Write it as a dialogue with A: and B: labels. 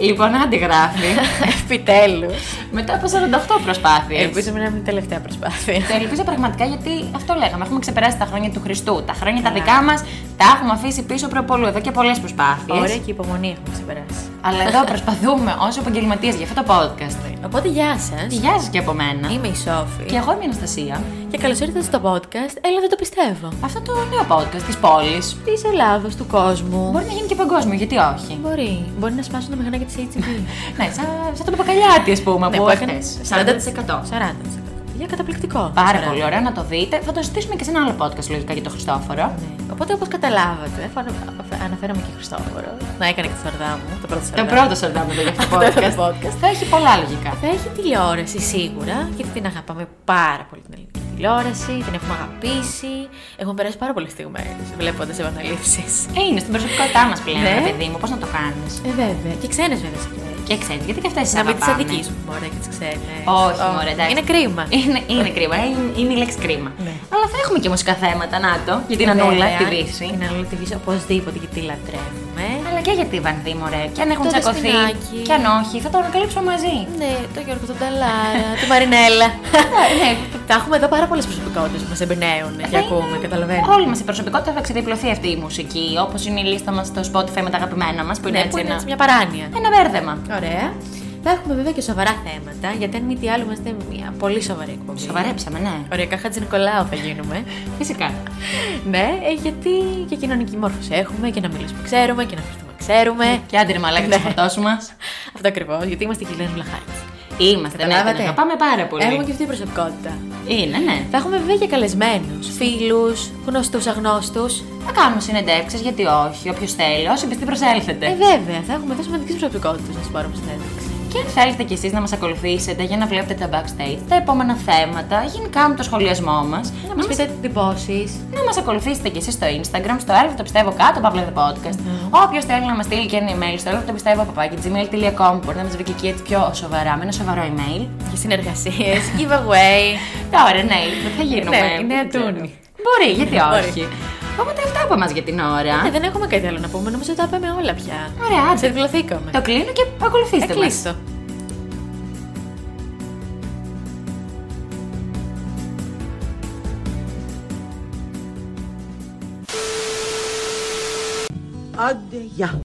A: Λοιπόν, άντε γράφει.
B: Επιτέλους.
A: Μετά από 48 προσπάθειε.
B: Ελπίζουμε να μην είναι η τελευταία προσπάθεια.
A: Το ελπίζω πραγματικά γιατί αυτό λέγαμε. Έχουμε ξεπεράσει τα χρόνια του Χριστού. Τα χρόνια τα δικά μας τα έχουμε αφήσει πίσω προπολού εδώ και πολλές προσπάθειες.
B: Ωραία και υπομονή έχουμε ξεπεράσει.
A: Αλλά εδώ προσπαθούμε ως επαγγελματίες για αυτό το podcast.
B: Οπότε γεια σας.
A: Γεια σας και από μένα.
B: Είμαι η Σόφη.
A: Και εγώ είμαι η Αναστασία.
B: Και καλώς ήρθατε στο podcast. Έλα, δεν το πιστεύω.
A: Αυτό το νέο podcast της πόλης.
B: Της Ελλάδα, του κόσμου.
A: Μπορεί να γίνει και παγκόσμιο, γιατί όχι.
B: Μπορεί. Μπορεί να σπάσουν τα μηχανάκια της HTV.
A: Ναι, σαν, σαν τον Παπακαλιάτη, ας πούμε, που έκανε 40%.
B: 40%. Για καταπληκτικό.
A: Πάρα
B: 40%.
A: πολύ ωραία να το δείτε. Θα το ζητήσουμε και σε ένα άλλο podcast λογικά για τον Χριστόφορο.
B: Ναι. Οπότε, όπως καταλάβατε, φανα- φα- αναφέραμε και Χριστόφορο. Να έκανε και τη σαρδά μου. Το πρώτο σαρδά.
A: Το πρώτο σορτάμε για αυτό το
B: Ναι. Αυτό το
A: podcast.
B: podcast.
A: Θα έχει πολλά λογικά.
B: Θα έχει τηλεόραση σίγουρα, γιατί την αγαπάμε πάρα πολύ την ελληνική τηλεόραση, την έχουμε αγαπήσει. Έχουμε περάσει πάρα πολλές στιγμές βλέποντας επαναλήψει.
A: Ε, είναι στην προσωπικότητά μας πλέον,
B: Ναι.
A: ρε παιδί μου, πώς να το κάνεις.
B: Ε, βέβαια. Και ξένες βέβαια συγκεκριμένα.
A: Και ξέρεις, γιατί και αυτές τι
B: Να μην τις
A: αγαπάμε.
B: αδικήσουμε μωρέ και τις ξένες.
A: Όχι, μωρέ, εντάξει. Ε,
B: Είναι κρίμα.
A: Είναι, είναι κρίμα, Ε, είναι, είναι η λέξη κρίμα.
B: Ναι.
A: Αλλά θα έχουμε και μουσικά θέματα, να το, για την Ανούλα, τη
B: Βέβαια,
A: Δύση.
B: Την Ανούλα τη Δύση οπωσδήποτε γιατί τη λατρεύουμε.
A: Αλλά και για τη Βανδύ, μωρέ. Και αν έχουν
B: Το
A: τσακωθεί,
B: δεσποινάκι.
A: και αν όχι, θα το ανακαλύψουμε μαζί.
B: Ναι, το Γιώργο τον Ταλάρα, τη Μαρινέλα.
A: ναι. Ε,
B: Τα έχουμε εδώ πάρα πολλές προσωπικότητες που μας εμπνέουν και
A: Θα είναι-
B: ακούμε, καταλαβαίνω.
A: Όλη μας η προσωπικότητα θα ξεδιπλωθεί αυτή η μουσική, όπως είναι η λίστα μας στο Spotify με τα αγαπημένα μας, που είναι
B: Ναι, που
A: έτσι
B: είναι
A: ένα,
B: έτσι μια παράνοια.
A: ένα μπέρδεμα.
B: Ωραία. Θα έχουμε βέβαια και σοβαρά θέματα, γιατί αν μη τι άλλο είμαστε μια πολύ σοβαρή εκπομπή.
A: Σοβαρέψαμε, ναι.
B: Ωραία, κάχατζι Νικολάου θα γίνουμε.
A: Φυσικά.
B: ναι, ε, γιατί και κοινωνική μόρφωση έχουμε και να μιλήσουμε ξέρουμε και να φερθούμε ξέρουμε.
A: Και άντε ρε μαλάκα τη
B: Ναι.
A: φωτός μας.
B: Αυτό ακριβώς, γιατί είμαστε η Κιλένου Λαχάρης.
A: Είμαστε, ναι, την
B: Καταλάβατε.
A: αγαπάμε πάρα πολύ.
B: Έχουμε και αυτή η προσωπικότητα.
A: Είναι, ναι.
B: Θα έχουμε βέβαια και καλεσμένους, φίλους, γνωστούς, αγνώστους.
A: Θα κάνουμε συνεντεύξεις, γιατί όχι. Όποιος θέλει, όσοι πιστοί προσέλθετε.
B: Ε, βέβαια, θα έχουμε εδώ σημαντικέ προσωπικότητε να του πάρουμε συνέντευξη.
A: Και αν θέλετε κι εσείς να μας ακολουθήσετε για να βλέπετε τα backstage, τα επόμενα θέματα, γενικά με το σχολιασμό μας,
B: Να μα πείτε εντυπώσει.
A: να μας ακολουθήσετε κι εσείς στο Instagram, στο Έλα το πιστεύω κάτω, Παύλα The Podcast.
B: Ναι.
A: Όποιος θέλει να μας στείλει και ένα email στο Έλα το πιστεύω gmail.com, μπορεί να μας βρει και εκεί έτσι πιο σοβαρά, με ένα σοβαρό email.
B: Και συνεργασίες, giveaway.
A: Τώρα, ναι, δεν θα γίνουμε.
B: Ναι, η νέα
A: δεν ξέρω.
B: Τούνη.
A: Μπορεί, γιατί όχι.
B: Μπορεί.
A: Οπότε αυτά από εμάς για την
B: Ε,
A: ώρα.
B: δεν έχουμε κάτι άλλο να πούμε. Νομίζω ότι τα πάμε όλα πια.
A: Ωραία, άντε.
B: Σε διπλωθήκαμε.
A: Το κλείνω και ακολουθήστε
B: Ε,
A: μας.
B: κλείστο.
C: Άντε, γεια.